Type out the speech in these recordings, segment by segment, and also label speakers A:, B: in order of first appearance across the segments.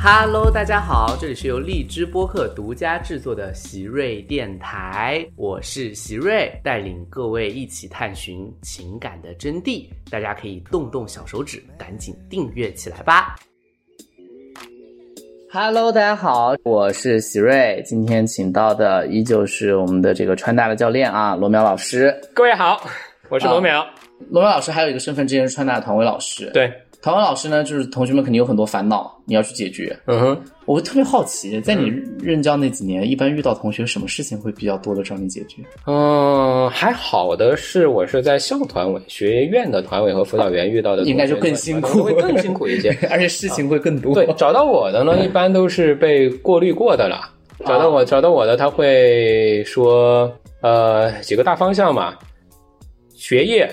A: Hello，大家好，这里是由荔枝播客独家制作的席瑞电台，我是席瑞，带领各位一起探寻情感的真谛。大家可以动动小手指，赶紧订阅起来吧。Hello，大家好，我是席瑞，今天请到的依旧是我们的这个川大的教练啊，罗淼老师。
B: 各位好，我是罗淼。
A: 罗淼老师还有一个身份，之前是川大的团委老师。
B: 对，
A: 团委老师呢，就是同学们肯定有很多烦恼，你要去解决。
B: 嗯哼，
A: 我特别好奇，在你任教那几年，一般遇到同学什么事情会比较多的找你解决？
B: 嗯，还好的是，我是在校团委、学院的团委和辅导员遇到的同学，
A: 应该就更辛苦
B: 会更辛苦一些。
A: 而且事情会更多。
B: 对，找到我的呢，一般都是被过滤过的了。
A: 啊
B: 找到我，找到我的，他会说，呃，几个大方向嘛，学业、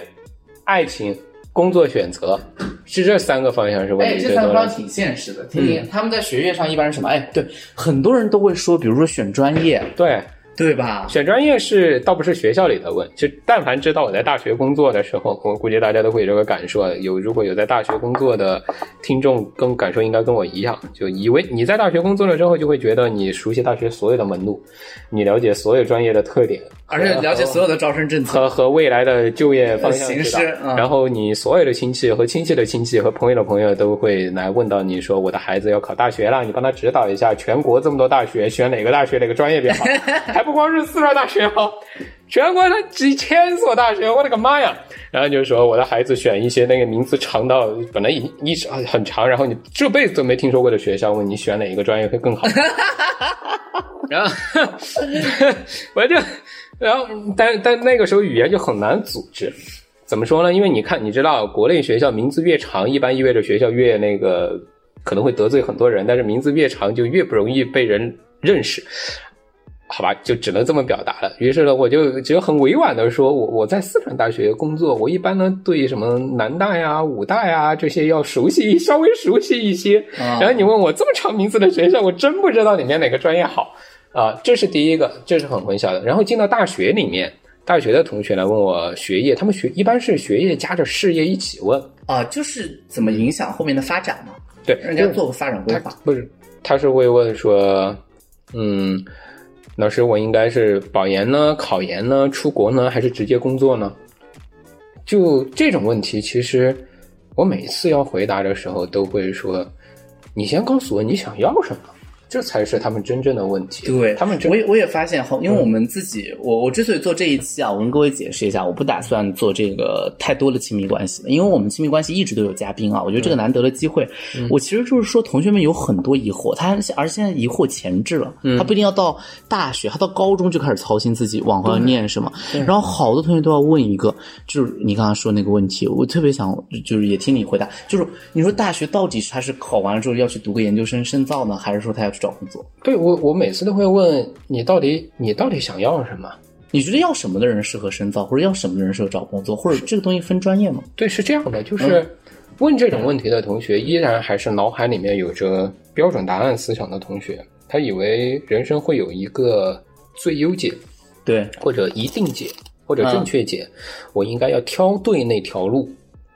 B: 爱情、工作选择，是这三个方向是问
A: 哎，
B: 题
A: 这
B: 最
A: 三
B: 多
A: 个方
B: 的。
A: 挺现实的。听听、他们在学业上一般是什么？哎，对，很多人都会说，比如说选专业，
B: 对，
A: 对吧？
B: 选专业是倒不是学校里的问，其实但凡知道我在大学工作的时候，我估计大家都会有这个感受啊。有如果有在大学工作的听众，跟感受应该跟我一样，就以为你在大学工作了之后，就会觉得你熟悉大学所有的门路，你了解所有专业的特点，
A: 而且了解所有的招生政策。
B: 和和未来的就业方向
A: 形
B: 知道
A: 势嗯
B: 然后你所有的亲戚和亲戚的亲戚和朋友的朋友都会来问到你说我的孩子要考大学了，你帮他指导一下，全国这么多大学，选哪个大学哪个专 业比较好？还不光是四川大学哦，全国的几千所大学，我的个妈呀！然后就说我的孩子选一些那个名字长到本来一一直很长，然后你这辈子都没听说过的学校，问你选哪一个专业会更好。然后 我就，然后但但那个时候语言就很难组织。怎么说呢？因为你看，你知道国内学校名字越长，一般意味着学校越那个可能会得罪很多人，但是名字越长就越不容易被人认识。好吧，就只能这么表达了。于是呢，我就只有很委婉的说，我我在四川大学工作，我一般呢对什么南大呀、武大呀这些要熟悉，稍微熟悉一些。
A: 啊
B: 然后你问我这么长名字的学校，我真不知道里面哪个专业好啊，这是第一个，这是很混淆的。然后进到大学里面，大学的同学来问我学业，他们学一般是学业加着事业一起问，
A: 啊，就是怎么影响后面的发展嘛？
B: 对，
A: 让人家做个发展规
B: 他
A: 划。
B: 不是，他是会问说，嗯，老师，我应该是保研呢、考研呢、出国呢，还是直接工作呢？就这种问题，其实我每次要回答的时候，都会说，你先告诉我你想要什么，这才是他们真正的问题。
A: 对
B: 他们嗯真
A: 我也我也发现后，因为我们自己，我我之所以做这一期啊，我跟各位解释一下，我不打算做这个太多的亲密关系，因为我们亲密关系一直都有嘉宾啊，我觉得这个难得的机会，
B: 嗯
A: 我其实就是说，同学们有很多疑惑，他而现在疑惑前置了，
B: 嗯
A: 他不一定要到大学，他到高中就开始操心自己往后要念什么，然后好多同学都要问一个，就是你刚刚说那个问题，我特别想就是也听你回答，就是你说大学到底是他是考完了之后要去读个研究生深造呢，还是说他要去找工作？
B: 对我，我每次都会问你到底你到底想要什么。
A: 你觉得要什么的人适合深造，或者要什么的人适合找工作，或者这个东西分专业吗？
B: 对，是这样的，就是问这种问题的同学，依然还是脑海里面有着标准答案思想的同学，他以为人生会有一个最优解，
A: 对，
B: 或者一定解，或者正确解，我应该要挑对那条路，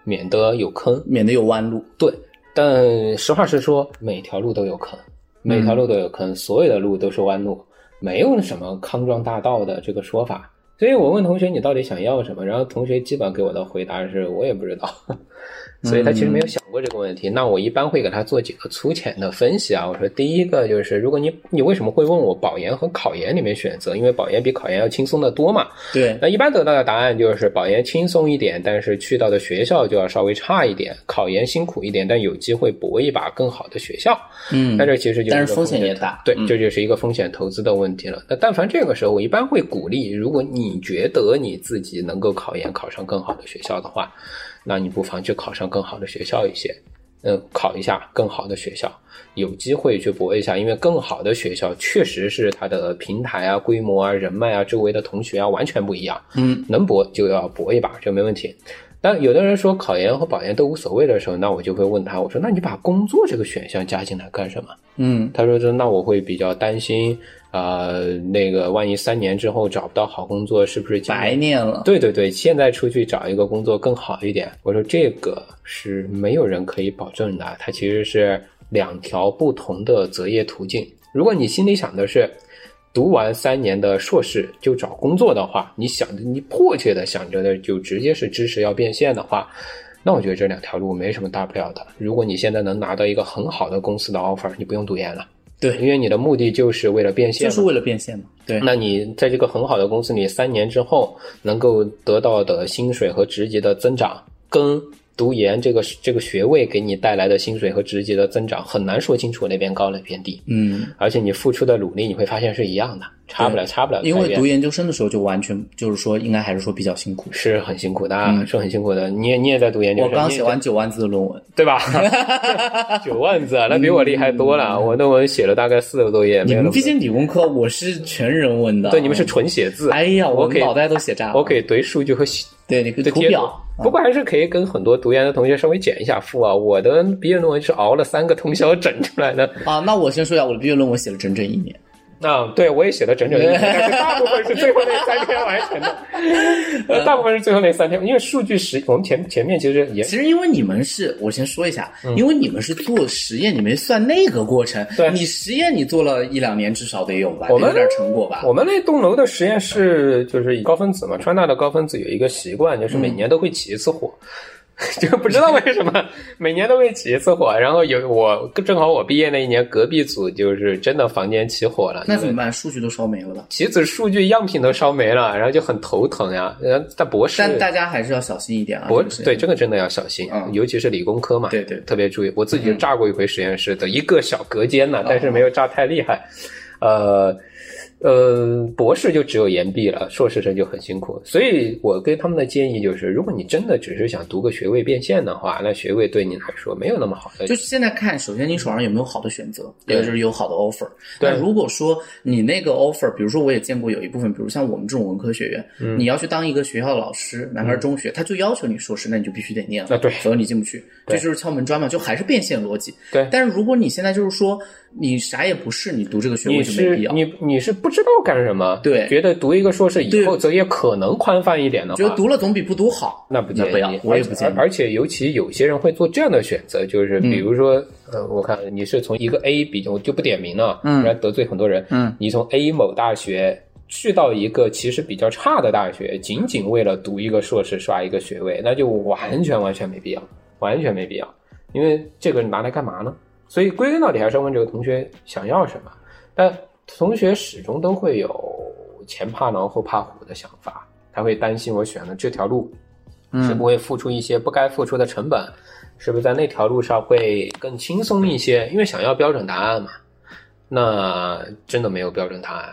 B: 免得有坑。
A: 免得有弯路。
B: 对，但实话实说，每条路都有坑，每条路都有坑，所有的路都是弯路，没有什么康庄大道的这个说法。所以我问同学你到底想要什么，然后同学基本给我的回答是我也不知道， 所以他其实没有想过这个问题。那我一般会给他做几个粗浅的分析啊。我说第一个就是，如果你你为什么会问我保研和考研里面选择，因为保研比考研要轻松的多嘛。
A: 对，
B: 那一般得到的答案就是保研轻松一点，但是去到的学校就要稍微差一点；考研辛苦一点，但有机会搏一把更好的学校。
A: 嗯
B: 那，这其实就是一个
A: 但是风险也大
B: 对
A: 嗯，
B: 这就是一个风险投资的问题了。那但凡这个时候，我一般会鼓励，如果你觉得你自己能够考研考上更好的学校的话，那你不妨去考上更好的学校一些。嗯，考一下更好的学校，有机会去搏一下，因为更好的学校确实是它的平台啊、规模啊、人脉啊、周围的同学啊完全不一样。
A: 嗯，
B: 能搏就要搏一把，这没问题。但有的人说考研和保研都无所谓的时候，那我就会问他，我说那你把工作这个选项加进来干什么？
A: 嗯，
B: 他说：“那我会比较担心，呃，那个万一三年之后找不到好工作，是不是今年
A: 白念了。
B: 对对对，现在出去找一个啊工作更好一点。我说这个是没有人可以保证的，它其实是两条不同的择业途径。如果你心里想的是读完三年的硕士就找工作的话，你想你迫切的想着的就直接是知识要变现的话，那我觉得这两条路没什么大不了的。如果你现在能拿到一个很好的公司的 offer，你不用读研了。
A: 对
B: 因为你的目的就是为了变现
A: 就是
B: 嘛，
A: 为了变现嘛。对，
B: 那你在这个很好的公司里，三年之后能够得到的薪水和职级的增长，跟读研这个这个学位给你带来的薪水和职级的增长，很难说清楚哪边高哪边低。
A: 嗯，
B: 而且你付出的努力，你会发现是一样的，差不了，差不了太
A: 因
B: 远。
A: 为读研究生的时候就完全就是说，应该还是说比较辛苦。
B: 是很辛苦的，啊，是很辛苦的。你也你也在读研
A: 嗯
B: 究
A: 我
B: 生，
A: 刚
B: 你也
A: 写完九万字的论文，
B: 对吧？九万字啊，那比我厉害多了。我论文写了大概四个多页，没
A: 嗯你
B: 有那
A: 们
B: 么
A: 毕竟理工科，我是全人文的。
B: 对你们是纯写字。
A: 哎呀，
B: 我
A: 我
B: 可以
A: 们脑袋都写炸了。
B: 我可以对数据和写
A: 对，你可以
B: 对
A: 图
B: 贴
A: 表嗯
B: 图不过还是可以跟很多读研的同学稍微减一下负啊。我的毕业论文是熬了三个通宵整出来的，
A: 啊。那我先说一下，我的毕业论文写了整整一年。
B: 啊，对我也写了整整一年，但是大部分是最后那三天完成 的，
A: 嗯
B: 呃大部分是最后那三天，因为数据实我们前前面其实也
A: 其实因为你们是，我先说一下，因为你们是做实验，你没算那个过程。
B: 嗯对
A: 你实验你做了一两年，至少得有吧，
B: 我
A: 得有
B: 们
A: 点成果吧。
B: 我们那栋楼的实验室就是高分子嘛，川大的高分子有一个习惯，就是每年都会起一次火。 就不知道为什么每年都会起一次火，然后有我正好我毕业那一年，隔壁组就是真的房间起火了。
A: 那怎
B: 因为
A: 么办？数据都烧没了吧？
B: 棋子数据样品都烧没了，然后就很头疼呀。然后在博士，
A: 但大家还是要小心一点啊。
B: 博
A: 这个是
B: 对这个真的要小心，
A: 嗯
B: 尤其是理工科嘛，
A: 对对对
B: 特别注意。我自己炸过一回实验室的一个小隔间
A: 嗯
B: 呢，但是没有炸太厉害。呃呃，博士就只有研毕了，硕士生就很辛苦。所以我给他们的建议就是，如果你真的只是想读个学位变现的话，那学位对你来说没有那么好的
A: 就是现在看，首先你手上有没有好的选择，
B: 对
A: 也就是有好的 offer。
B: 对
A: 那如果说你那个 offer，比如说我也见过有一部分，比如像我们这种文科学院，
B: 嗯
A: 你要去当一个学校的老师，哪怕是中学，他就要求你硕士，那你就必须得念了，
B: 啊对
A: 否则你进不去。这
B: 对
A: 就是敲门砖嘛，就还是变现逻辑。
B: 对
A: 但是如果你现在就是说你啥也不是，你读这个学位
B: 你
A: 就是没必要。
B: 你你是不知道干什么，
A: 对
B: 觉得读一个硕士以
A: 对
B: 后择业可能宽泛一点的话，
A: 觉得读了总比不读好。
B: 那不建议，
A: 不要我也不建议
B: 而而且尤其有些人会做这样的选择，就是
A: 嗯
B: 比如说，呃，我看你是从一个 A 比，我就不点名了，
A: 嗯
B: 不然得罪很多人。
A: 嗯，
B: 你从 A 某大学去到一个其实比较差的大学，仅仅为了读一个硕士刷一个学位，那就完全完全没必要，完全没必要，因为这个拿来干嘛呢？所以归根到底还是要问这个同学想要什么。但同学始终都会有前怕狼后怕虎的想法，他会担心我选了这条路
A: 嗯
B: 是不会付出一些不该付出的成本，是不是在那条路上会更轻松一些？因为想要标准答案嘛，那真的没有标准答案。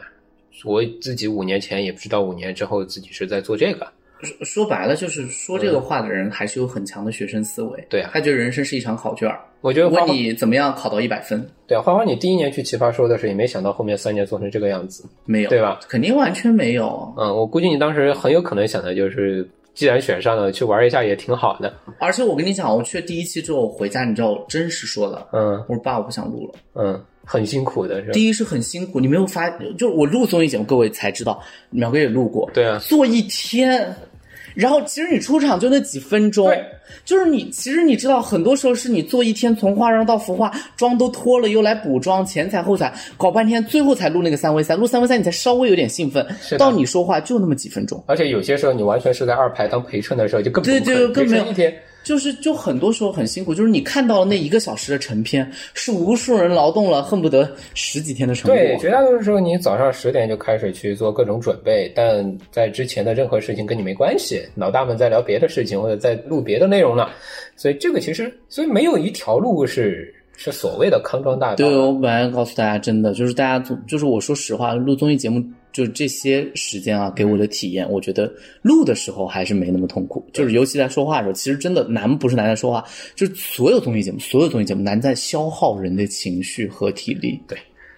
B: 我自己五年前也不知道五年之后自己是在做这个，
A: 说说白了，就是说这个话的人还是有很强的学生思维。
B: 对啊
A: 他觉得人生是一场考卷儿，
B: 我觉得花
A: 问
B: 花
A: 你怎么样考到一百分，
B: 对啊花花，你第一年去奇葩说的时候，也没想到后面三年做成这个样子，
A: 没有
B: 对吧？
A: 肯定完全没有，
B: 嗯，我估计你当时很有可能想的就是，既然选上了，去玩一下也挺好的。
A: 而且我跟你讲，我去了第一期之后我回家，你知道我真实说的，
B: 嗯
A: 我说爸，我不想录了。
B: 嗯，很辛苦的是吧？
A: 第一是很辛苦，你没有发，就是我录综艺节目，各位才知道，苗哥也录过，
B: 对啊
A: 做一天。然后其实你出场就那几分钟
B: 对，
A: 就是你其实你知道，很多时候是你做一天从化妆到服化妆都脱了，又来补妆，前彩后彩搞半天，最后才录那个三 v 三，录三 v 三你才稍微有点兴奋
B: 是，的
A: 到你说话就那么几分钟。
B: 而且有些时候你完全是在二排当陪衬的时候，就更不
A: 对
B: 可能
A: 就更没有
B: 陪衬一天。
A: 就是就很多时候很辛苦，就是你看到了那一个小时的成片，是无数人劳动了恨不得十几天的成果。
B: 对，绝大多数时候你早上十点就开始去做各种准备，但在之前的任何事情跟你没关系，老大们在聊别的事情或者在录别的内容了，所以这个其实，所以没有一条路是是所谓的康庄大道
A: 对，。哦我本来告诉大家，真的就是大家做，就是我说实话，录综艺节目就这些时间啊，给我的体验，我觉得录的时候还是没那么痛苦，就是尤其在说话的时候，其实真的难不是难在说话，就是所有综艺节目，所有综艺节目难在消耗人的情绪和体力。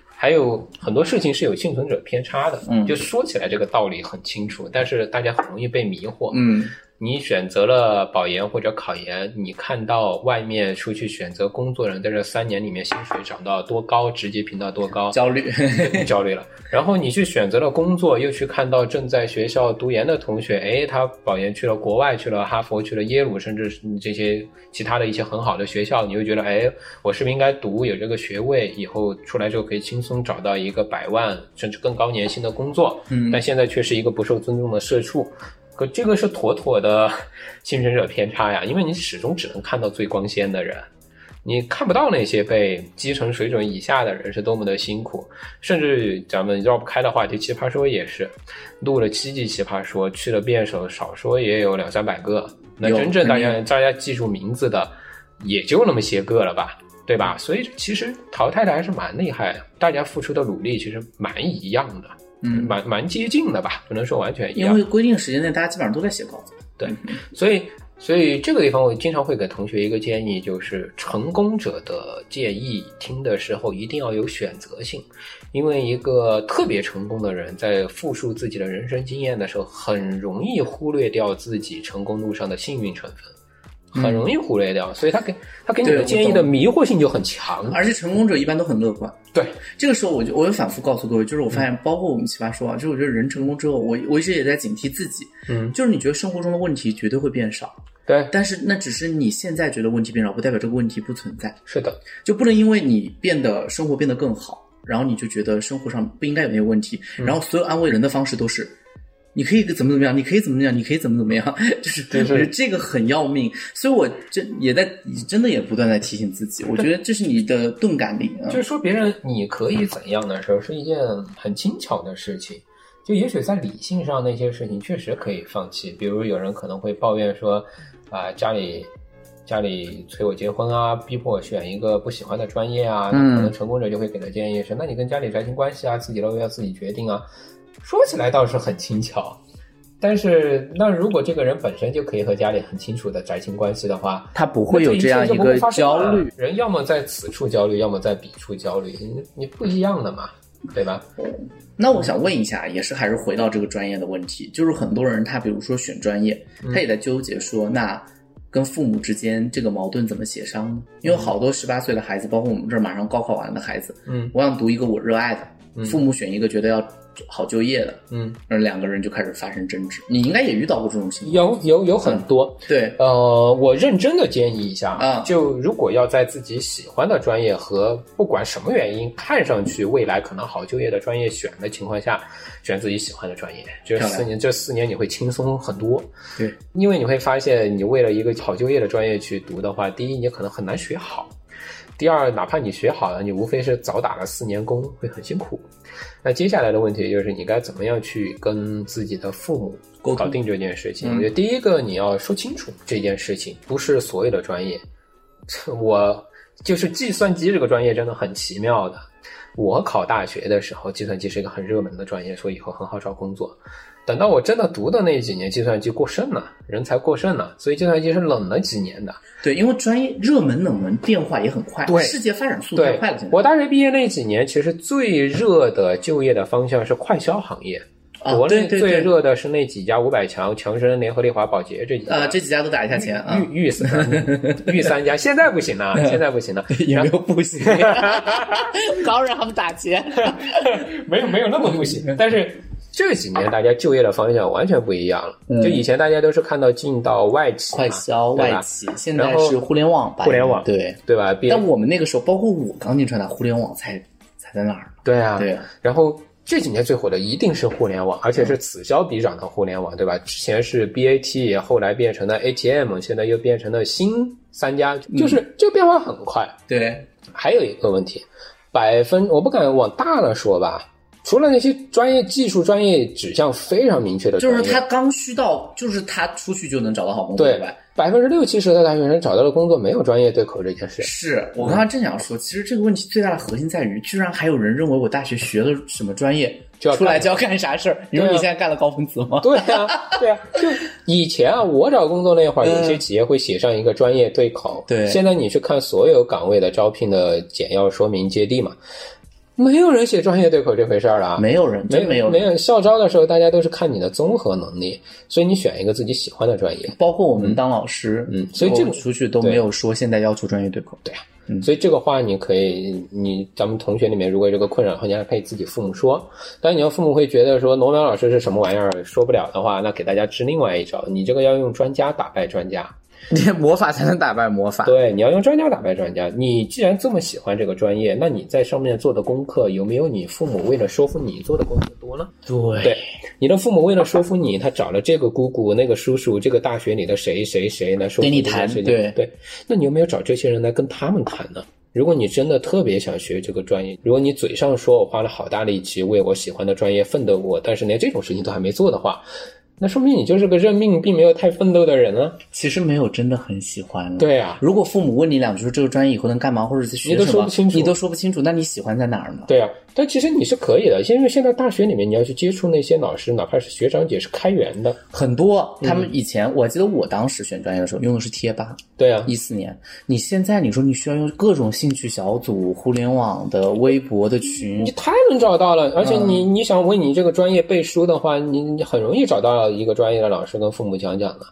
B: 还有很多事情是有幸存者偏差的，
A: 嗯
B: 就说起来这个道理很清楚，但是大家很容易被迷惑。
A: 嗯，
B: 你选择了保研或者考研，你看到外面出去选择工作人在这三年里面薪水涨到多高，职级评到多高，
A: 焦虑，
B: 你焦虑了。然后你去选择了工作，又去看到正在学校读研的同学，哎，他保研去了国外，去了哈佛，去了耶鲁，甚至是这些其他的一些很好的学校，你就觉得，哎，我是不是应该读有这个学位，以后出来之后可以轻松找到一个百万甚至更高年薪的工作？
A: 嗯
B: 但现在却是一个不受尊重的社畜。可这个是妥妥的 幸存者偏差呀，因为你始终只能看到最光鲜的人，你看不到那些被基层水准以下的人是多么的辛苦。甚至咱们绕不开的话题，《奇葩说》也是录了七季《奇葩说》，去了辩手，少说也有两三百个。那
A: 有
B: 真正大家
A: 肯
B: 大家记住名字的，也就那么些个了吧，对吧？所以其实淘汰的还是蛮厉害的，大家付出的努力其实蛮一样的。
A: 嗯，
B: 蛮蛮接近的吧，不能说完全一
A: 因
B: 样。
A: 为规定时间内大家基本上都在写稿子，嗯
B: 所以，所以这个地方我经常会给同学一个建议，就是成功者的建议听的时候一定要有选择性，因为一个特别成功的人在复述自己的人生经验的时候，很容易忽略掉自己成功路上的幸运成分，很容易忽略掉，所以他给他给
A: 嗯
B: 你
A: 对
B: 的
A: 我
B: 建议
A: 懂
B: 的迷惑性就很强。
A: 而且成功者一般都很乐观。
B: 对，
A: 这个时候我就我有反复告诉各位，就是我发现，包括我们奇葩说啊，就是我觉得人成功之后，我我一直也在警惕自己，
B: 嗯，
A: 就是你觉得生活中的问题绝对会变少，
B: 对，
A: 但是那只是你现在觉得问题变少，不代表这个问题不存在，
B: 是的，
A: 就不能因为你变得生活变得更好，然后你就觉得生活上不应该有那些问题，
B: 嗯
A: 然后所有安慰人的方式都是。你可以怎么怎么样，你可以怎么怎么样，你可以怎么怎么样， 就是
B: 对对
A: 这个很要命，所以我真也在真的也不断在提醒自己，我觉得这是你的钝感力啊
B: 就，是说别人你可以怎样的时候，是一件很轻巧的事情。就也许在理性上那些事情确实可以放弃，比如有人可能会抱怨说，啊、家里家里催我结婚啊，逼迫我选一个不喜欢的专业啊，
A: 嗯
B: 可能成功者就会给的建议是，那你跟家里宅经关系啊，自己都要自己决定啊。说起来倒是很轻巧，但是那如果这个人本身就可以和家里很清楚的宅情关系的话，
A: 他不会有这样一个焦虑。。
B: 人要么在此处焦虑，要么在彼处焦虑，你你不一样的嘛，对吧？
A: 那我想问一下，也是还是回到这个专业的问题，就是很多人他比如说选专业，
B: 嗯
A: 他也在纠结说，那跟父母之间这个矛盾怎么协商呢？因为好多十八岁的孩子，包括我们这儿马上高考完的孩子，
B: 嗯
A: 我想读一个我热爱的，
B: 嗯
A: 父母选一个觉得要好就业的，
B: 嗯，
A: 然后两个人就开始发生争执。你应该也遇到过这种情况，
B: 有有有很多。
A: 对，
B: 呃，我认真的建议一下
A: 啊
B: 就如果要在自己喜欢的专业和不管什么原因看上去未来可能好就业的专业选的情况下，选自己喜欢的专业，这
A: 漂亮
B: 四年这四年你会轻松很多。
A: 对，
B: 因为你会发现，你为了一个好就业的专业去读的话，第一你可能很难学好，第二哪怕你学好了，你无非是早打了四年工，会很辛苦。那接下来的问题就是你该怎么样去跟自己的父母
A: 沟通
B: 搞定这件事情？
A: 嗯
B: 我觉得第一个你要说清楚这件事情，不是所有的专业， 我就是计算机这个专业真的很奇妙的。我考大学的时候，计算机是一个很热门的专业，所以以后很好找工作。等到我真的读的那几年，计算机过剩了，人才过剩了，所以计算机是冷了几年的。
A: 对，因为专业热门冷门变化也很快，
B: 对
A: 世界发展速度太
B: 对
A: 嗯快了，现，在
B: 我大学毕业那几年，其实最热的就业的方向是快消行业，
A: 啊
B: 国内
A: 对对
B: 最
A: 对，
B: 热的是那几家五百强，强生、联合利华、宝洁这几家。
A: 呃，这几家都打一下钱啊，
B: 御御三御三家，现在不行了，现在不行了，
A: 也没有不行， 高让他们打劫。
B: 没有没有那么
A: 嗯
B: 不行，但是。这几年大家就业的方向完全不一样了，就以前大家都是看到进到外企嘛、
A: 嗯快消
B: 对
A: 外
B: 吧
A: 企，现在
B: 然后
A: 是互联网吧？
B: 互联网
A: 对。
B: 对吧？毕业
A: 但我们那个时候，包括我刚进川大，互联网才才在哪儿呢？
B: 对啊，
A: 对啊
B: 然后这几年最火的一定是互联网，而
A: 嗯
B: 且是此消彼长的互联网，对吧？之前是 BAT，后来变成了 ATM，现在又变成了新三家，
A: 嗯
B: 就是这个变化很快。
A: 对，
B: 还有一个问题，百分我不敢往大了说吧，除了那些专业技术专业指向非常明确的
A: 就是
B: 专业，
A: 他刚需到，就是他出去就能找到好工作
B: 对
A: 吧？
B: 百分之六七十的大学生找到了工作没有专业对 口这件事。
A: 是我刚刚正想说，其实这个问题最大的核心在于，居然还有人认为我大学学了什么专业，
B: 就要
A: 出来就要干啥事儿。你说
B: 对啊
A: 你现在干了高分子 吗？
B: 对啊，对啊，就以前啊，我找工作那会儿，有些企业会写上一个专业对口。
A: 嗯对
B: 现在你去看所有岗位的招聘的简要说明接地嘛，没有人写专业对口这回事儿了，
A: 没有人，真
B: 没
A: 有
B: 没
A: 人。
B: 有校招的时候，大家都是看你的综合能力，所以你选一个自己喜欢的专业。
A: 包括我们当老师，
B: 嗯所以这个
A: 我出去都没有说现在要求专业 对口。
B: 所以这个话你可以，你咱们同学里面如果有这个困扰的话，你还可以自己父母说。但你要父母会觉得说罗淼老师是什么玩意儿，说不了的话，那给大家支另外一招，你这个要用专家打败专家。
C: 你魔法才能打败魔
A: 啊
C: 法。
B: 对，你要用专家打败专家。你既然这么喜欢这个专业，那你在上面做的功课有没有你父母为了说服你做的功课多呢？
A: 对
B: 对，你的父母为了说服你，他找了这个姑姑、那个叔叔、这个大学里的谁谁谁来说服
A: 跟你
B: 这件
A: 谈
B: 事情
A: 对
B: 对，那你有没有找这些人来跟他们谈呢？如果你真的特别想学这个专业，如果你嘴上说我花了好大力气为我喜欢的专业奋斗过，但是连这种事情都还没做的话，那说明你就是个认命并没有太奋斗的人啊。
A: 其实没有真的很喜欢了。，
B: 对啊，
A: 如果父母问你两句说这个专业以后能干嘛，或者是学
B: 你都
A: 什
B: 说
A: 么
B: 不清楚
A: 你都说不清楚，那你喜欢在哪儿呢？
B: 对啊，但其实你是可以的，因为现在大学里面你要去接触那些老师，哪怕是学长姐是开源的。
A: 很多他们以前，我记得我当时选专业的时候用的是贴吧，
B: 对啊，
A: 一四年。你现在你说你需要用各种兴趣小组、互联网的、微博的群
B: 你，太能找到了，而且你、
A: 嗯
B: 你想为你这个专业背书的话，你你很容易找到一个专业的老师跟父母讲讲的。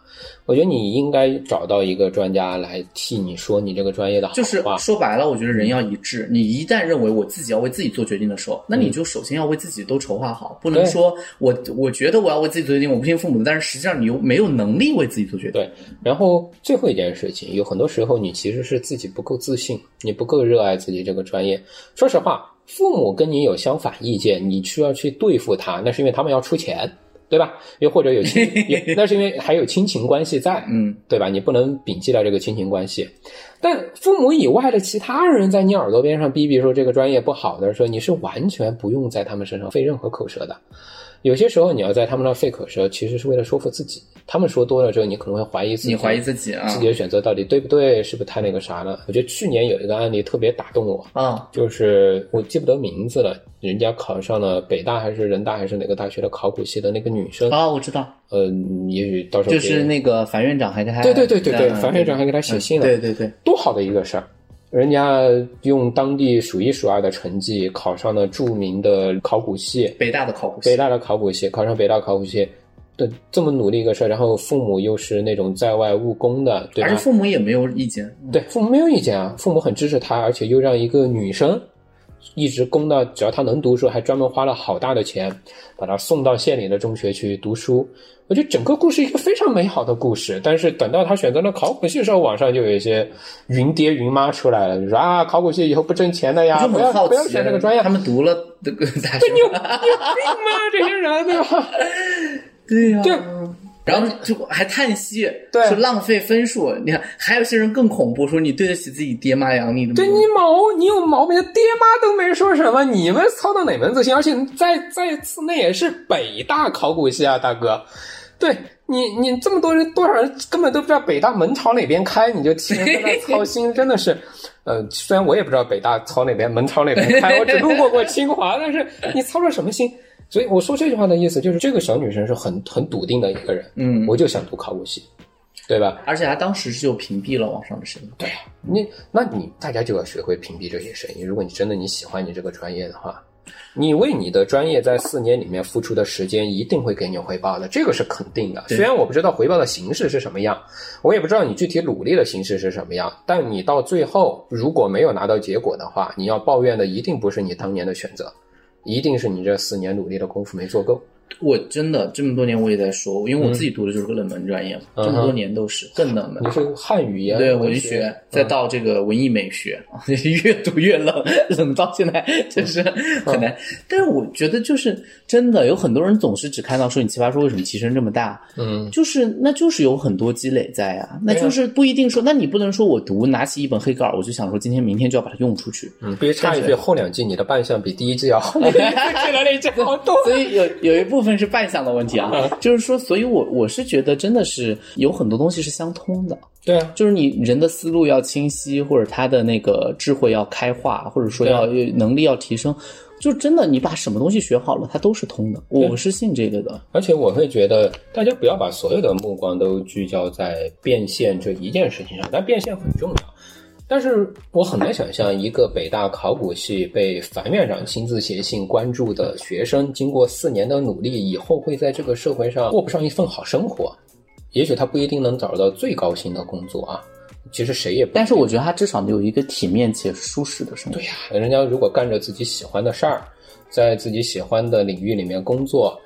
B: 我觉得你应该找到一个专家来替你说你这个专业的好
A: 就是
B: 话。
A: 说白了，我觉得人要一致。你一旦认为我自己要为自己做决定的时候，那你就首先要为自己都筹划好，不能
B: 嗯对
A: 说我我觉得我要为自己做决定，我不信父母的，但是实际上你又没有能力为自己做决定。
B: 对，然后最后一件事情，有很多时候你其实是自己不够自信，你不够热爱自己这个专业。说实话，父母跟你有相反意见，你需要去对付他，那是因为他们要出钱，对吧？又或者 有亲，也那是因为还有亲情关系在，
A: 嗯，
B: 对吧？你不能摒弃掉这个亲情关系。但父母以外的其他人在你耳朵边上逼逼说这个专业不好的时候，你是完全不用在他们身上费任何口舌的。有些时候你要在他们那儿费口舌，其实是为了说服自己。他们说多了之后，你可能会怀疑自己，
A: 你怀疑自己啊
B: 自己的选择到底对不对，是不是太那个啥了？我觉得去年有一个案例特别打动我，
A: 啊！
B: 就是我记不得名字了，人家考上了北大还是人大还是哪个大学的考古系的那个女生，
A: 啊，我知道，
B: 嗯、也许到时候
A: 就
B: 可以
A: 是那个樊院长还给他，
B: 对对对对对
A: 嗯，
B: 樊院长还给他写信了，
A: 对对对，
B: 多好的一个事儿！人家用当地数一数二的成绩考上了著名的考古系，
A: 北大的考古系
B: 北大的考古系，考上北大考古系，对，这么努力一个事儿，然后父母又是那种在外务工的，对
A: 而且
B: 吧？
A: 父母也没有意见，
B: 对，父母没有意见啊，父母很支持他，而且又让一个女生一直供到只要她能读书，还专门花了好大的钱把她送到县里的中学去读书。我觉得整个故事一个非常美好的故事，但是等到他选择了考古系的时候，网上就有一些云爹云妈出来了，就说啊，考古系以后不挣钱的
A: 我
B: 呀，
A: 就
B: 啊不
A: 很
B: 要
A: 好
B: 不要
A: 奇，啊
B: 选这个专业
A: 他。们读了这个大学，
B: 病吗？这些人对吧？
A: 对呀、
B: 对
A: 然后就还叹息，
B: 对
A: 说浪费分数。你看，还有些人更恐怖，说你对得起自己爹妈养你的
B: 对
A: 母
B: 你毛，你有毛病，爹妈都没说什么，你们操到哪门子心？而且在在次那也是北大考古系啊，大哥，对你你这么多人多少人根本都不知道北大门朝哪边开，你就替人在那操心，真的是。呃，虽然我也不知道北大朝哪边门朝哪边开，我只路过过清华，但是你操了什么心？所以我说这句话的意思就是，这个小女生是很很笃定的一个人，
A: 嗯
B: 我就想读考古系，对吧？
A: 而且他当时就屏蔽了网上的声音。
B: 你那你大家就要学会屏蔽这些声音。如果你真的你喜欢你这个专业的话，你为你的专业在四年里面付出的时间一定会给你回报的，这个是肯定的。
A: 对
B: 虽然我不知道回报的形式是什么样，我也不知道你具体努力的形式是什么样，但你到最后如果没有拿到结果的话，你要抱怨的一定不是你当年的选择，一定是你这四年努力的功夫没做够。
A: 我真的这么多年我也在说，因为我自己读的就是个冷门专业，
B: 嗯
A: 这么多年都是更冷门
B: 你。是汉语言
A: 对文学，嗯再到这个文艺美学， 越读越冷，冷到现在真是很难。 但是我觉得，就是真的有很多人总是只看到说你奇葩说为什么提升这么大，
B: 嗯，
A: 就是那就是有很多积累在啊，那就是不一定说，那你不能说我读拿起一本黑格尔，我就想说今天明天就要把它用出去。
B: 嗯，必须插一句，后两季你的扮相比第一季要 好，你这了一季好多。
A: 所以有有一部分是扮相的问题啊，就是说，所以我我是觉得真的是有很多东西是相通的，
B: 对啊，
A: 就是你人的思路要清晰，或者他的那个智慧要开化，或者说要能力要提升，就真的你把什么东西学好了，它都是通的。我是信这个的，
B: 而且我会觉得，大家不要把所有的目光都聚焦在变现这一件事情上，但变现很重要。但是我很难想象一个北大考古系被樊院长亲自写信关注的学生，经过四年的努力以后，会在这个社会上过不上一份好生活。也许他不一定能找到最高薪的工作啊。其实谁也不，
A: 但是我觉得他至少有一个体面且舒适的生活。
B: 对呀、人家如果干着自己喜欢的事儿，在自己喜欢的领域里面工作，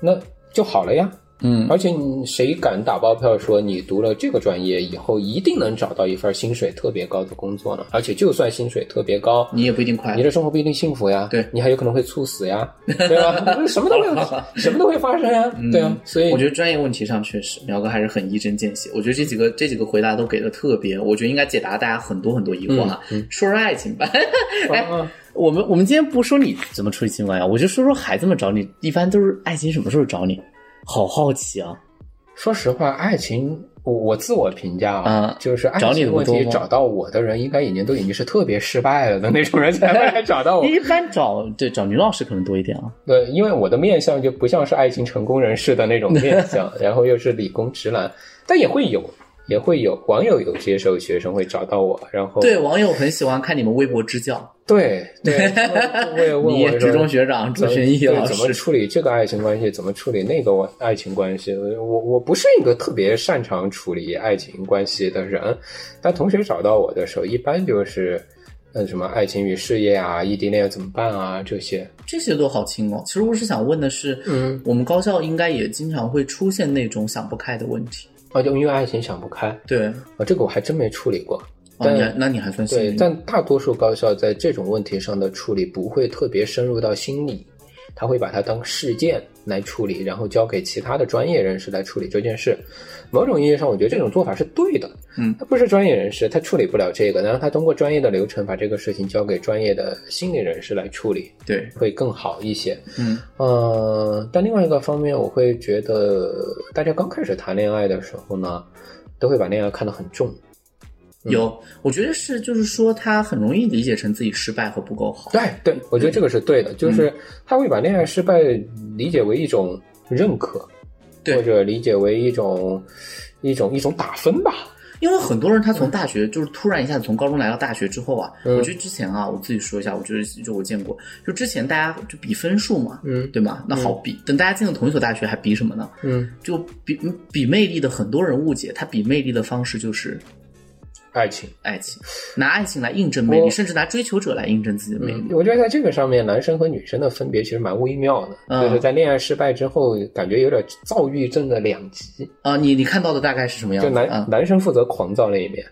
B: 那就好了呀。
A: 嗯，
B: 而且你谁敢打包票说你读了这个专业以后一定能找到一份薪水特别高的工作呢？而且就算薪水特别高，
A: 你也不一定快
B: 你
A: 乐。
B: 的生活不一定幸福呀，
A: 对
B: 你还有可能会猝死呀，对吧？ 什么都 会有，什么都会发生呀，对啊，所
A: 嗯
B: 以
A: 我觉得专业问题上确实，苗哥还是很一针见血。我觉得这几个这几个回答都给的特别，我觉得应该解答大家很多很多疑惑啊。说说爱情吧，哎，
B: 啊
A: 我们我们今天不说你怎么处理情感呀，我就说说孩子们找你，一般都是爱情什么时候找你？好好奇啊！
B: 说实话，爱情。我我自我评价啊
A: 嗯，
B: 就是爱
A: 找你的
B: 情
A: 不
B: 问
A: 多
B: 题
A: 吗
B: 找到我的人，应该已经都已经是特别失败了的那种人才会来找 到我。
A: 一般找对找女老师可能多一点啊。
B: 对，因为我的面相就不像是爱情成功人士的那种面 相，然后又是理工直男，但也会有，也会有网友有些时候学生会找到我，然后
A: 对，网友很喜欢看你们微博支教，
B: 对对，他们就会 问
A: 你也
B: 我说
A: 职中学长
B: 怎
A: 朱
B: 么
A: 学义
B: 呃对
A: 老
B: 怎么
A: 师，
B: 处理这个爱情关系，怎么处理那个我爱情关系？我我不是一个特别擅长处理爱情关系的人，但同学找到我的时候，一般就是。嗯，什么爱情与事业啊，异地恋怎么办啊？这些，
A: 这些都好轻哦。其实我是想问的是，
B: 嗯，
A: 我们高校应该也经常会出现那种想不开的问题。
B: 啊，就因为爱情想不开，
A: 对，
B: 啊，这个我还真没处理过。
A: 哦，
B: 但
A: 你还那你还算幸
B: 对，
A: 运。
B: 但大多数高校在这种问题上的处理不会特别深入到心理，他会把它当事件来处理，然后交给其他的专业人士来处理这件事。某种意义上，我觉得这种做法是对的。
A: 嗯
B: 他不是专业人士，他处理不了这个，然后他通过专业的流程把这个事情交给专业的心理人士来处理，
A: 对，
B: 会更好一些。
A: 嗯
B: 呃，但另外一个方面，我会觉得大家刚开始谈恋爱的时候呢，都会把恋爱看得很重。嗯
A: 有，我觉得是，就是说他很容易理解成自己失败和不够好。
B: 对哎对，我觉得这个是对的，就是他会把恋爱失败理解为一种认可，
A: 对
B: 或者理解为一种一种一种打分吧。
A: 因为很多人他从大学就是突然一下子从高中来到大学之后啊，
B: 嗯
A: 我觉得之前啊，我自己说一下，我觉得就我见过，就之前大家就比分数嘛，
B: 嗯
A: 对吗？那好比，等大家进了同一所大学还比什么呢？
B: 嗯，
A: 就比比魅力的很多人误解，他比魅力的方式就是
B: 爱情，
A: 爱情，拿爱情来印证魅力，
B: 我
A: 甚至拿追求者来印证自己的魅力。
B: 我觉得在这个上面，男生和女生的分别其实蛮微妙的，
A: 嗯
B: 就是在恋爱失败之后，感觉有点躁郁症的两极，
A: 啊、你你看到的大概是什么样
B: 就
A: 子
B: 男、
A: 啊？
B: 男生负责狂躁那一面，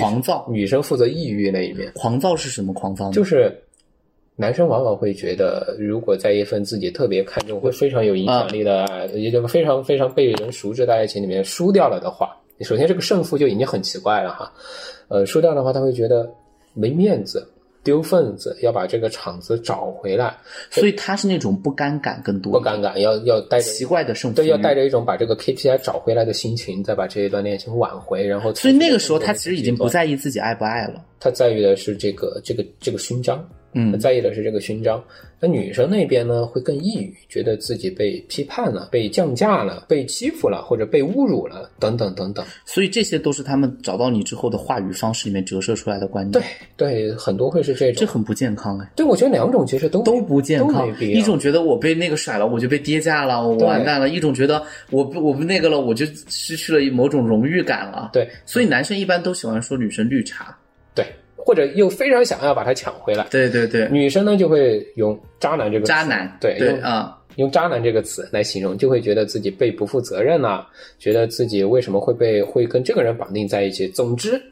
A: 狂躁，
B: 女生负责抑郁那一面。
A: 狂躁是什么狂躁呢？
B: 就是男生往往会觉得，如果在一份自己特别看重、会非常有影
A: 嗯
B: 响力的，爱，也就是非常非常被人熟知的爱情里面输掉了的话，首先这个胜负就已经很奇怪了哈。呃，输掉的话，他会觉得没面子、丢份子，要把这个场子找回来，
A: 所以他是那种不尴尬更多，
B: 不尴尬，要要带着
A: 奇怪的胜负
B: 对，
A: 欲
B: 要带着一种把这个 KPI 找回来的心情，再把这一段恋情挽回，然后
A: 所以那个时候他
B: 重
A: 其
B: 新
A: 实已经不在意自己爱不爱了。
B: 他在意的是这个这个这个勋章，
A: 嗯
B: 在意的是这个勋章。那女生那边呢，会更抑郁，觉得自己被批判了、被降价了、被欺负了，或者被侮辱了，等等等等。
A: 所以这些都是他们找到你之后的话语方式里面折射出来的观念。
B: 对，对，很多会是这
A: 这
B: 种。
A: 很不健康哎，
B: 对，我觉得两种其实都
A: 都不健
B: 都
A: 康
B: 没。必要
A: 一种觉得我被那个甩了，我就被跌价了，我
B: 对
A: 完蛋了；一种觉得我不我不那个了，我就失去了某种荣誉感了。，
B: 对
A: 所以男生一般都喜欢说女生绿茶。
B: 对，或者又非常想要把它抢回来。
A: 对对对，
B: 女生呢就会用“渣男”这个词
A: 渣男。
B: 对
A: 对
B: 用
A: 啊，
B: 用“渣男”这个词来形容，就会觉得自己被不负责任啊，觉得自己为什么会被会跟这个人绑定在一起。总之，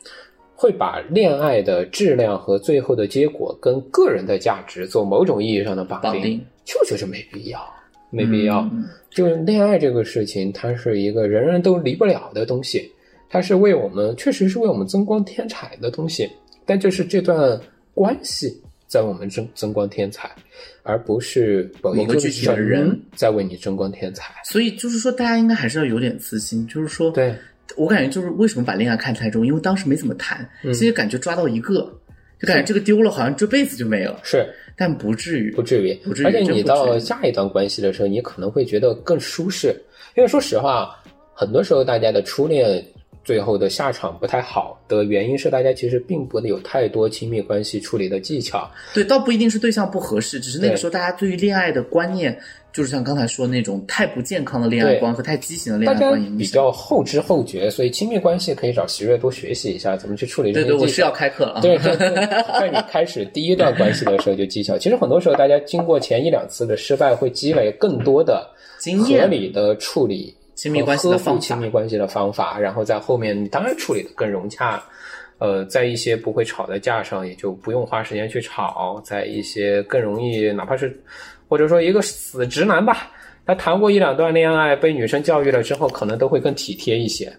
B: 会把恋爱的质量和最后的结果跟个人的价值做某种意义上的绑定，
A: 绑定
B: 就觉得没必要，没必要。
A: 嗯
B: 就是恋爱这个事情，它是一个人人都离不了的东西，它是为我们确实是为我们增光添彩的东西，但就是这段关系在为我们增增光添彩，而不是某一
A: 某个具体的人
B: 人在为你增光添彩。
A: 所以就是说，大家应该还是要有点自信，就是说，
B: 对，
A: 我感觉就是为什么把恋爱看太重，因为当时没怎么谈，
B: 嗯
A: 所以感觉抓到一个，就感觉这个丢了，好像这辈子就没了，
B: 是
A: 但不至于
B: 不。至于，
A: 不至于
B: 而且你
A: 真不
B: 到
A: 至于
B: 下一段关系的时候，你可能会觉得更舒适，因为说实话，很多时候大家的初恋最后的下场不太好的原因是，大家其实并不有太多亲密关系处理的技巧。
A: 对，倒不一定是对象不合适，只是那个
B: 对
A: 时候大家对于恋爱的观念，就是像刚才说那种太不健康的恋爱
B: 对
A: 观和太畸形的恋
B: 大
A: 爱
B: 家
A: 观影
B: 比
A: 响。
B: 较后知后觉，所以亲密关系可以找席月多学习一下怎么去处理这
A: 对
B: 些
A: 对，我
B: 技
A: 是
B: 巧
A: 要。开课了啊。
B: 对， 在你开始第一段关系的时候就技巧。其实很多时候，大家经过前一两次的失败，会积累更多的
A: 经
B: 合
A: 验
B: 理的处理
A: 亲密关系的
B: 和呵
A: 方
B: 护
A: 法
B: 亲密关系的方法，然后在后面你当然处理的更融洽。呃，在一些不会吵的架上，也就不用花时间去吵；在一些更容易，哪怕是或者说一个死直男吧，他谈过一两段恋爱，被女生教育了之后，可能都会更体贴一些。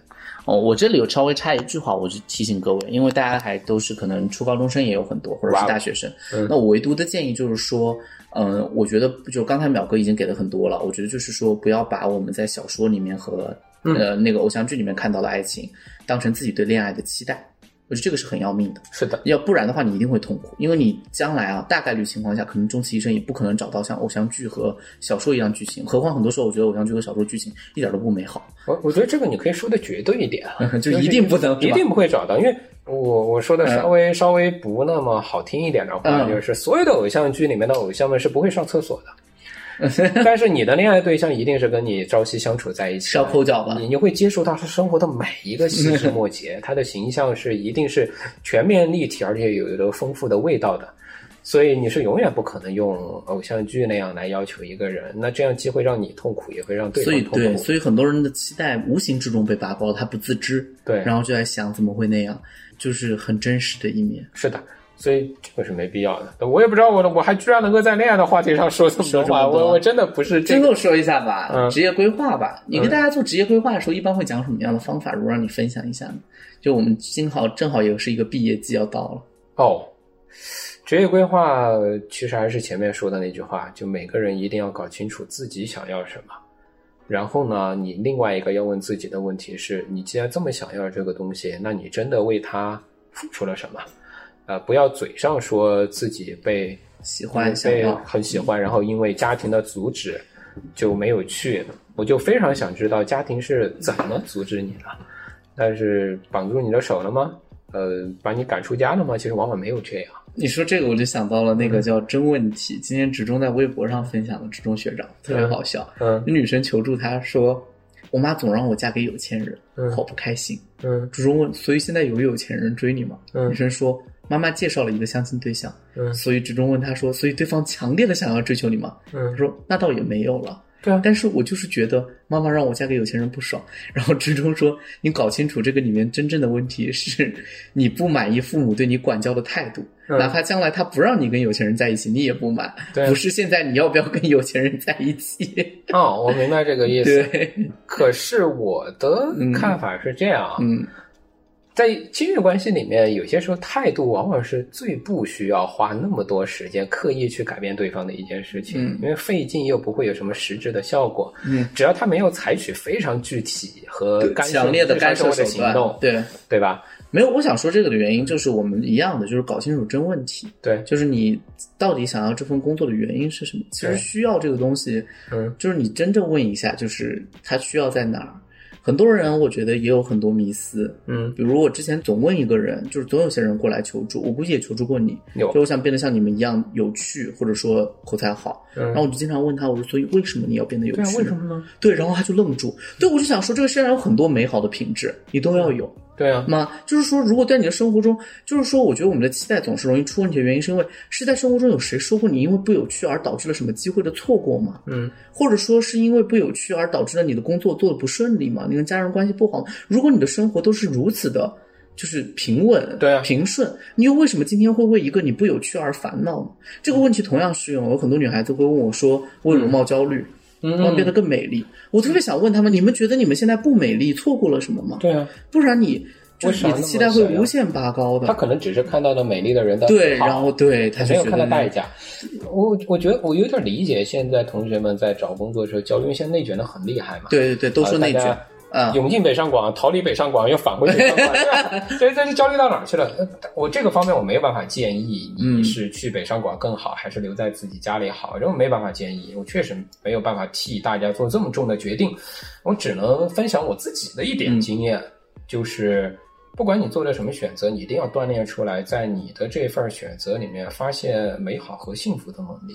A: 哦，我这里有稍微插一句话，我就提醒各位，因为大家还都是可能初高中生也有很多，或者
B: 哇
A: 是
B: 哦
A: 大学生。
B: 嗯
A: 那我唯独的建议就是说，嗯、我觉得就刚才淼哥已经给的很多了，我觉得就是说，不要把我们在小说里面和
B: 嗯
A: 呃那个偶像剧里面看到的爱情，当成自己对恋爱的期待。我觉得这个是很要命的，
B: 是的，
A: 要不然的话，你一定会痛苦，因为你将来啊，大概率情况下，可能终其一生也不可能找到像偶像剧和小说一样剧情。何况很多时候，我觉得偶像剧和小说剧情一点都不美好，
B: 我我觉得这个你可以说的绝对一点啊，
A: 就一定不能，
B: 一
A: 是吧
B: 定不会找到，因为我我说的稍微、稍微不那么好听一点的话，
A: 嗯
B: 就是所有的偶像剧里面的偶像们是不会上厕所 的，但是你的恋爱对象一定是跟你朝夕相处在一起
A: 是要
B: 的。
A: 抠脚吧？
B: 你你会接触到他生活的每一个细枝末 节，他的形象是一定是全面立体，而且有一个丰富的味道的，所以你是永远不可能用偶像剧那样来要求一个人，那这样既会让你痛苦，也会让对
A: 所
B: 方
A: 以
B: 痛苦。
A: 对，所以很多人的期待无形之中被拔高了，他不自知，
B: 对
A: 然后就在想怎么会那样，就是很真实的一面。
B: 是的，所以这个是没必要的。我也不知道我我还居然能够在恋爱的话题上说这么
A: 说
B: 多
A: 这么
B: 话，
A: 多
B: 我我真的不是这
A: 最
B: 个。
A: 后说一下吧，
B: 嗯
A: 职业规划吧。你跟大家做职业规划的时候，一般会讲什么样的方法？如果让你分享一下呢？就我们幸好正好也是一个毕业季要到了，
B: 哦，职业规划其实还是前面说的那句话，就每个人一定要搞清楚自己想要什么。然后呢，你另外一个要问自己的问题是：你既然这么想要这个东西，那你真的为它付出了什么？呃，不要嘴上说自己被
A: 喜欢想
B: 被
A: 要，
B: 很喜欢，然后因为家庭的阻止就没有去。我就非常想知道家庭是怎么阻止你了，但是绑住你的手了吗？呃，把你赶出家了吗？其实往往没有这样。
A: 你说这个我就想到了那
B: 嗯
A: 个叫“真问题”，今天职中在微博上分享的职中学长特别好笑，
B: 嗯
A: 那女生求助他说：“我妈总让我嫁给有钱人，
B: 嗯
A: 好不开心。”
B: 嗯
A: 主动问，所以现在有有钱人追你吗？
B: 嗯
A: 女生说，妈妈介绍了一个相亲对象，
B: 嗯
A: 所以直中问他说，所以对方强烈的想要追求你吗？他
B: 嗯，
A: 说那倒也没有了，
B: 对啊，
A: 但是我就是觉得妈妈让我嫁给有钱人不爽。然后直中说，你搞清楚这个里面真正的问题是，你不满意父母对你管教的态度，
B: 嗯
A: 哪怕将来他不让你跟有钱人在一起，你也不满，
B: 对啊
A: 不是现在你要不要跟有钱人在一 起？
B: 哦，我明白这个意思。
A: 对，
B: 可是我的看法是这样啊，
A: 嗯，
B: 在亲密关系里面，有些时候态度往往是最不需要花那么多时间刻意去改变对方的一件事情，
A: 嗯
B: 因为费劲又不会有什么实质的效果。
A: 嗯，
B: 只要他没有采取非常具体和干涉
A: 强烈的干涉
B: 日常生活
A: 手
B: 的行
A: 段，
B: 动，
A: 对。
B: 对吧？
A: 没有，我想说这个的原因就是我们一样的，就是搞清楚真问题，
B: 对，
A: 就是你到底想要这份工作的原因是什么。其实
B: 对
A: 需要这个东西，
B: 嗯，
A: 就是你真正问一下，就是它需要在哪儿。很多人我觉得也有很多迷思，
B: 嗯，
A: 比如我之前总问一个人，就是总有些人过来求助，我估计也求助过你，
B: 有
A: 就，我想变得像你们一样有趣，或者说口才好，
B: 嗯
A: 然后我就经常问他，我说所以为什么你要变得有趣
B: 对啊
A: 呢？，
B: 为什么呢？
A: 对，然后他就愣住。对，我就想说这个世界上有很多美好的品质，你都要有。
B: 对啊，
A: 吗？就是说，如果在你的生活中，就是说，我觉得我们的期待总是容易出问题的原因，是因为是在生活中有谁说过你因为不有趣而导致了什么机会的错过吗？
B: 嗯，
A: 或者说是因为不有趣而导致了你的工作做的不顺利吗？你跟家人关系不好吗？如果你的生活都是如此的。就是平稳，
B: 对啊
A: 平顺，你又为什么今天会为一个你不有趣而烦恼呢？这个问题同样适用。有很多女孩子会问我说：“我有容貌焦虑，
B: 嗯
A: 我要变得更美丽。”我特别想问她们：你们觉得你们现在不美丽，错过了什么吗？
B: 对啊，
A: 不然你就是
B: 为
A: 你的
B: 啥那么
A: 期待会
B: 想要
A: 无限拔高
B: 他
A: 的。
B: 可能只是看到了美丽的人的
A: 对，
B: 好
A: 然后对他就
B: 他没有
A: 觉
B: 看到
A: 得
B: 代
A: 那
B: 价。我我觉得我有点理解现在同学们在找工作的时候焦虑，因为现在内卷的很厉害嘛。
A: 对对对，都说内
B: 啊大
A: 卷
B: 家，
A: 嗯，
B: 涌进北上广，逃离北上广，又返回 北上广，这这是焦虑到哪儿去了？呃我这个方面我没有办法建议
A: 嗯
B: 你是去北上广更好，还是留在自己家里好，这我没办法建议，我确实没有
A: 嗯
B: 办法替大家做这么重的决定，我只能分享我自己的一点经验。就是不管你做了什么选择，你一定要锻炼出来，在你的这份选择里面发现美好和幸福的能力。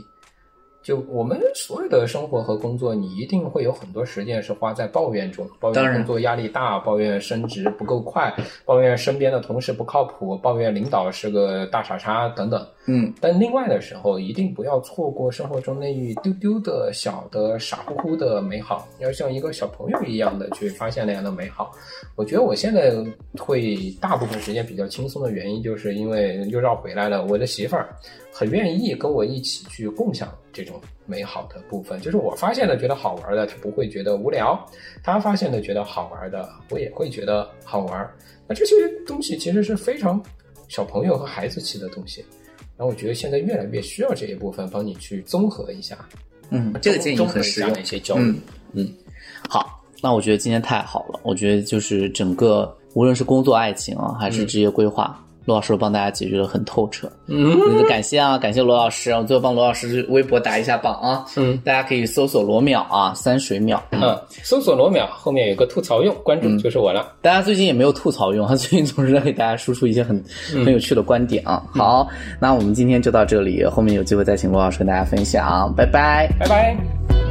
B: 就我们所有的生活和工作，你一定会有很多时间是花在抱怨中，抱
A: 当
B: 怨
A: 然
B: 工作压力大，抱怨升职不够快，抱怨身边的同事不靠谱，抱怨领导是个大傻叉等等。
A: 嗯，
B: 但另外的时候，一定不要错过生活中那一丢丢的小的傻乎乎的美好，要像一个小朋友一样的去发现那样的美好。我觉得我现在会大部分时间比较轻松的原因，就是因为又绕回来了，我的媳妇儿很愿意跟我一起去共享这种美好的部分，就是我发现了觉得好玩的，她不会觉得无聊；她发现了觉得好玩的，我也会觉得好玩。那这些东西其实是非常小朋友和孩子期的东西。然后我觉得现在越来越需要这一部分帮你去综合一下，
A: 嗯，这个建议
B: 综合
A: 很
B: 一
A: 实
B: 下
A: 用。
B: 那些交流。
A: 嗯嗯，好，那我觉得今天太好了。我觉得就是整个无论是工作、爱情啊，还是职业规划，罗老师都帮大家解决的很透彻。
B: 嗯
A: 那感谢啊，感谢罗老师，我最后帮罗老师微博打一下榜啊，
B: 嗯
A: 大家可以搜索罗淼啊，三水淼。
B: 嗯，搜索罗淼后面有个吐槽用，关
A: 嗯
B: 注就是我了。
A: 大家最近也没有吐槽用，他 最近总是在给大家输出一些很很有趣的观点啊。好，啊那我们今天就到这里，后面有机会再请罗老师跟大家分享，拜拜。
B: 拜拜。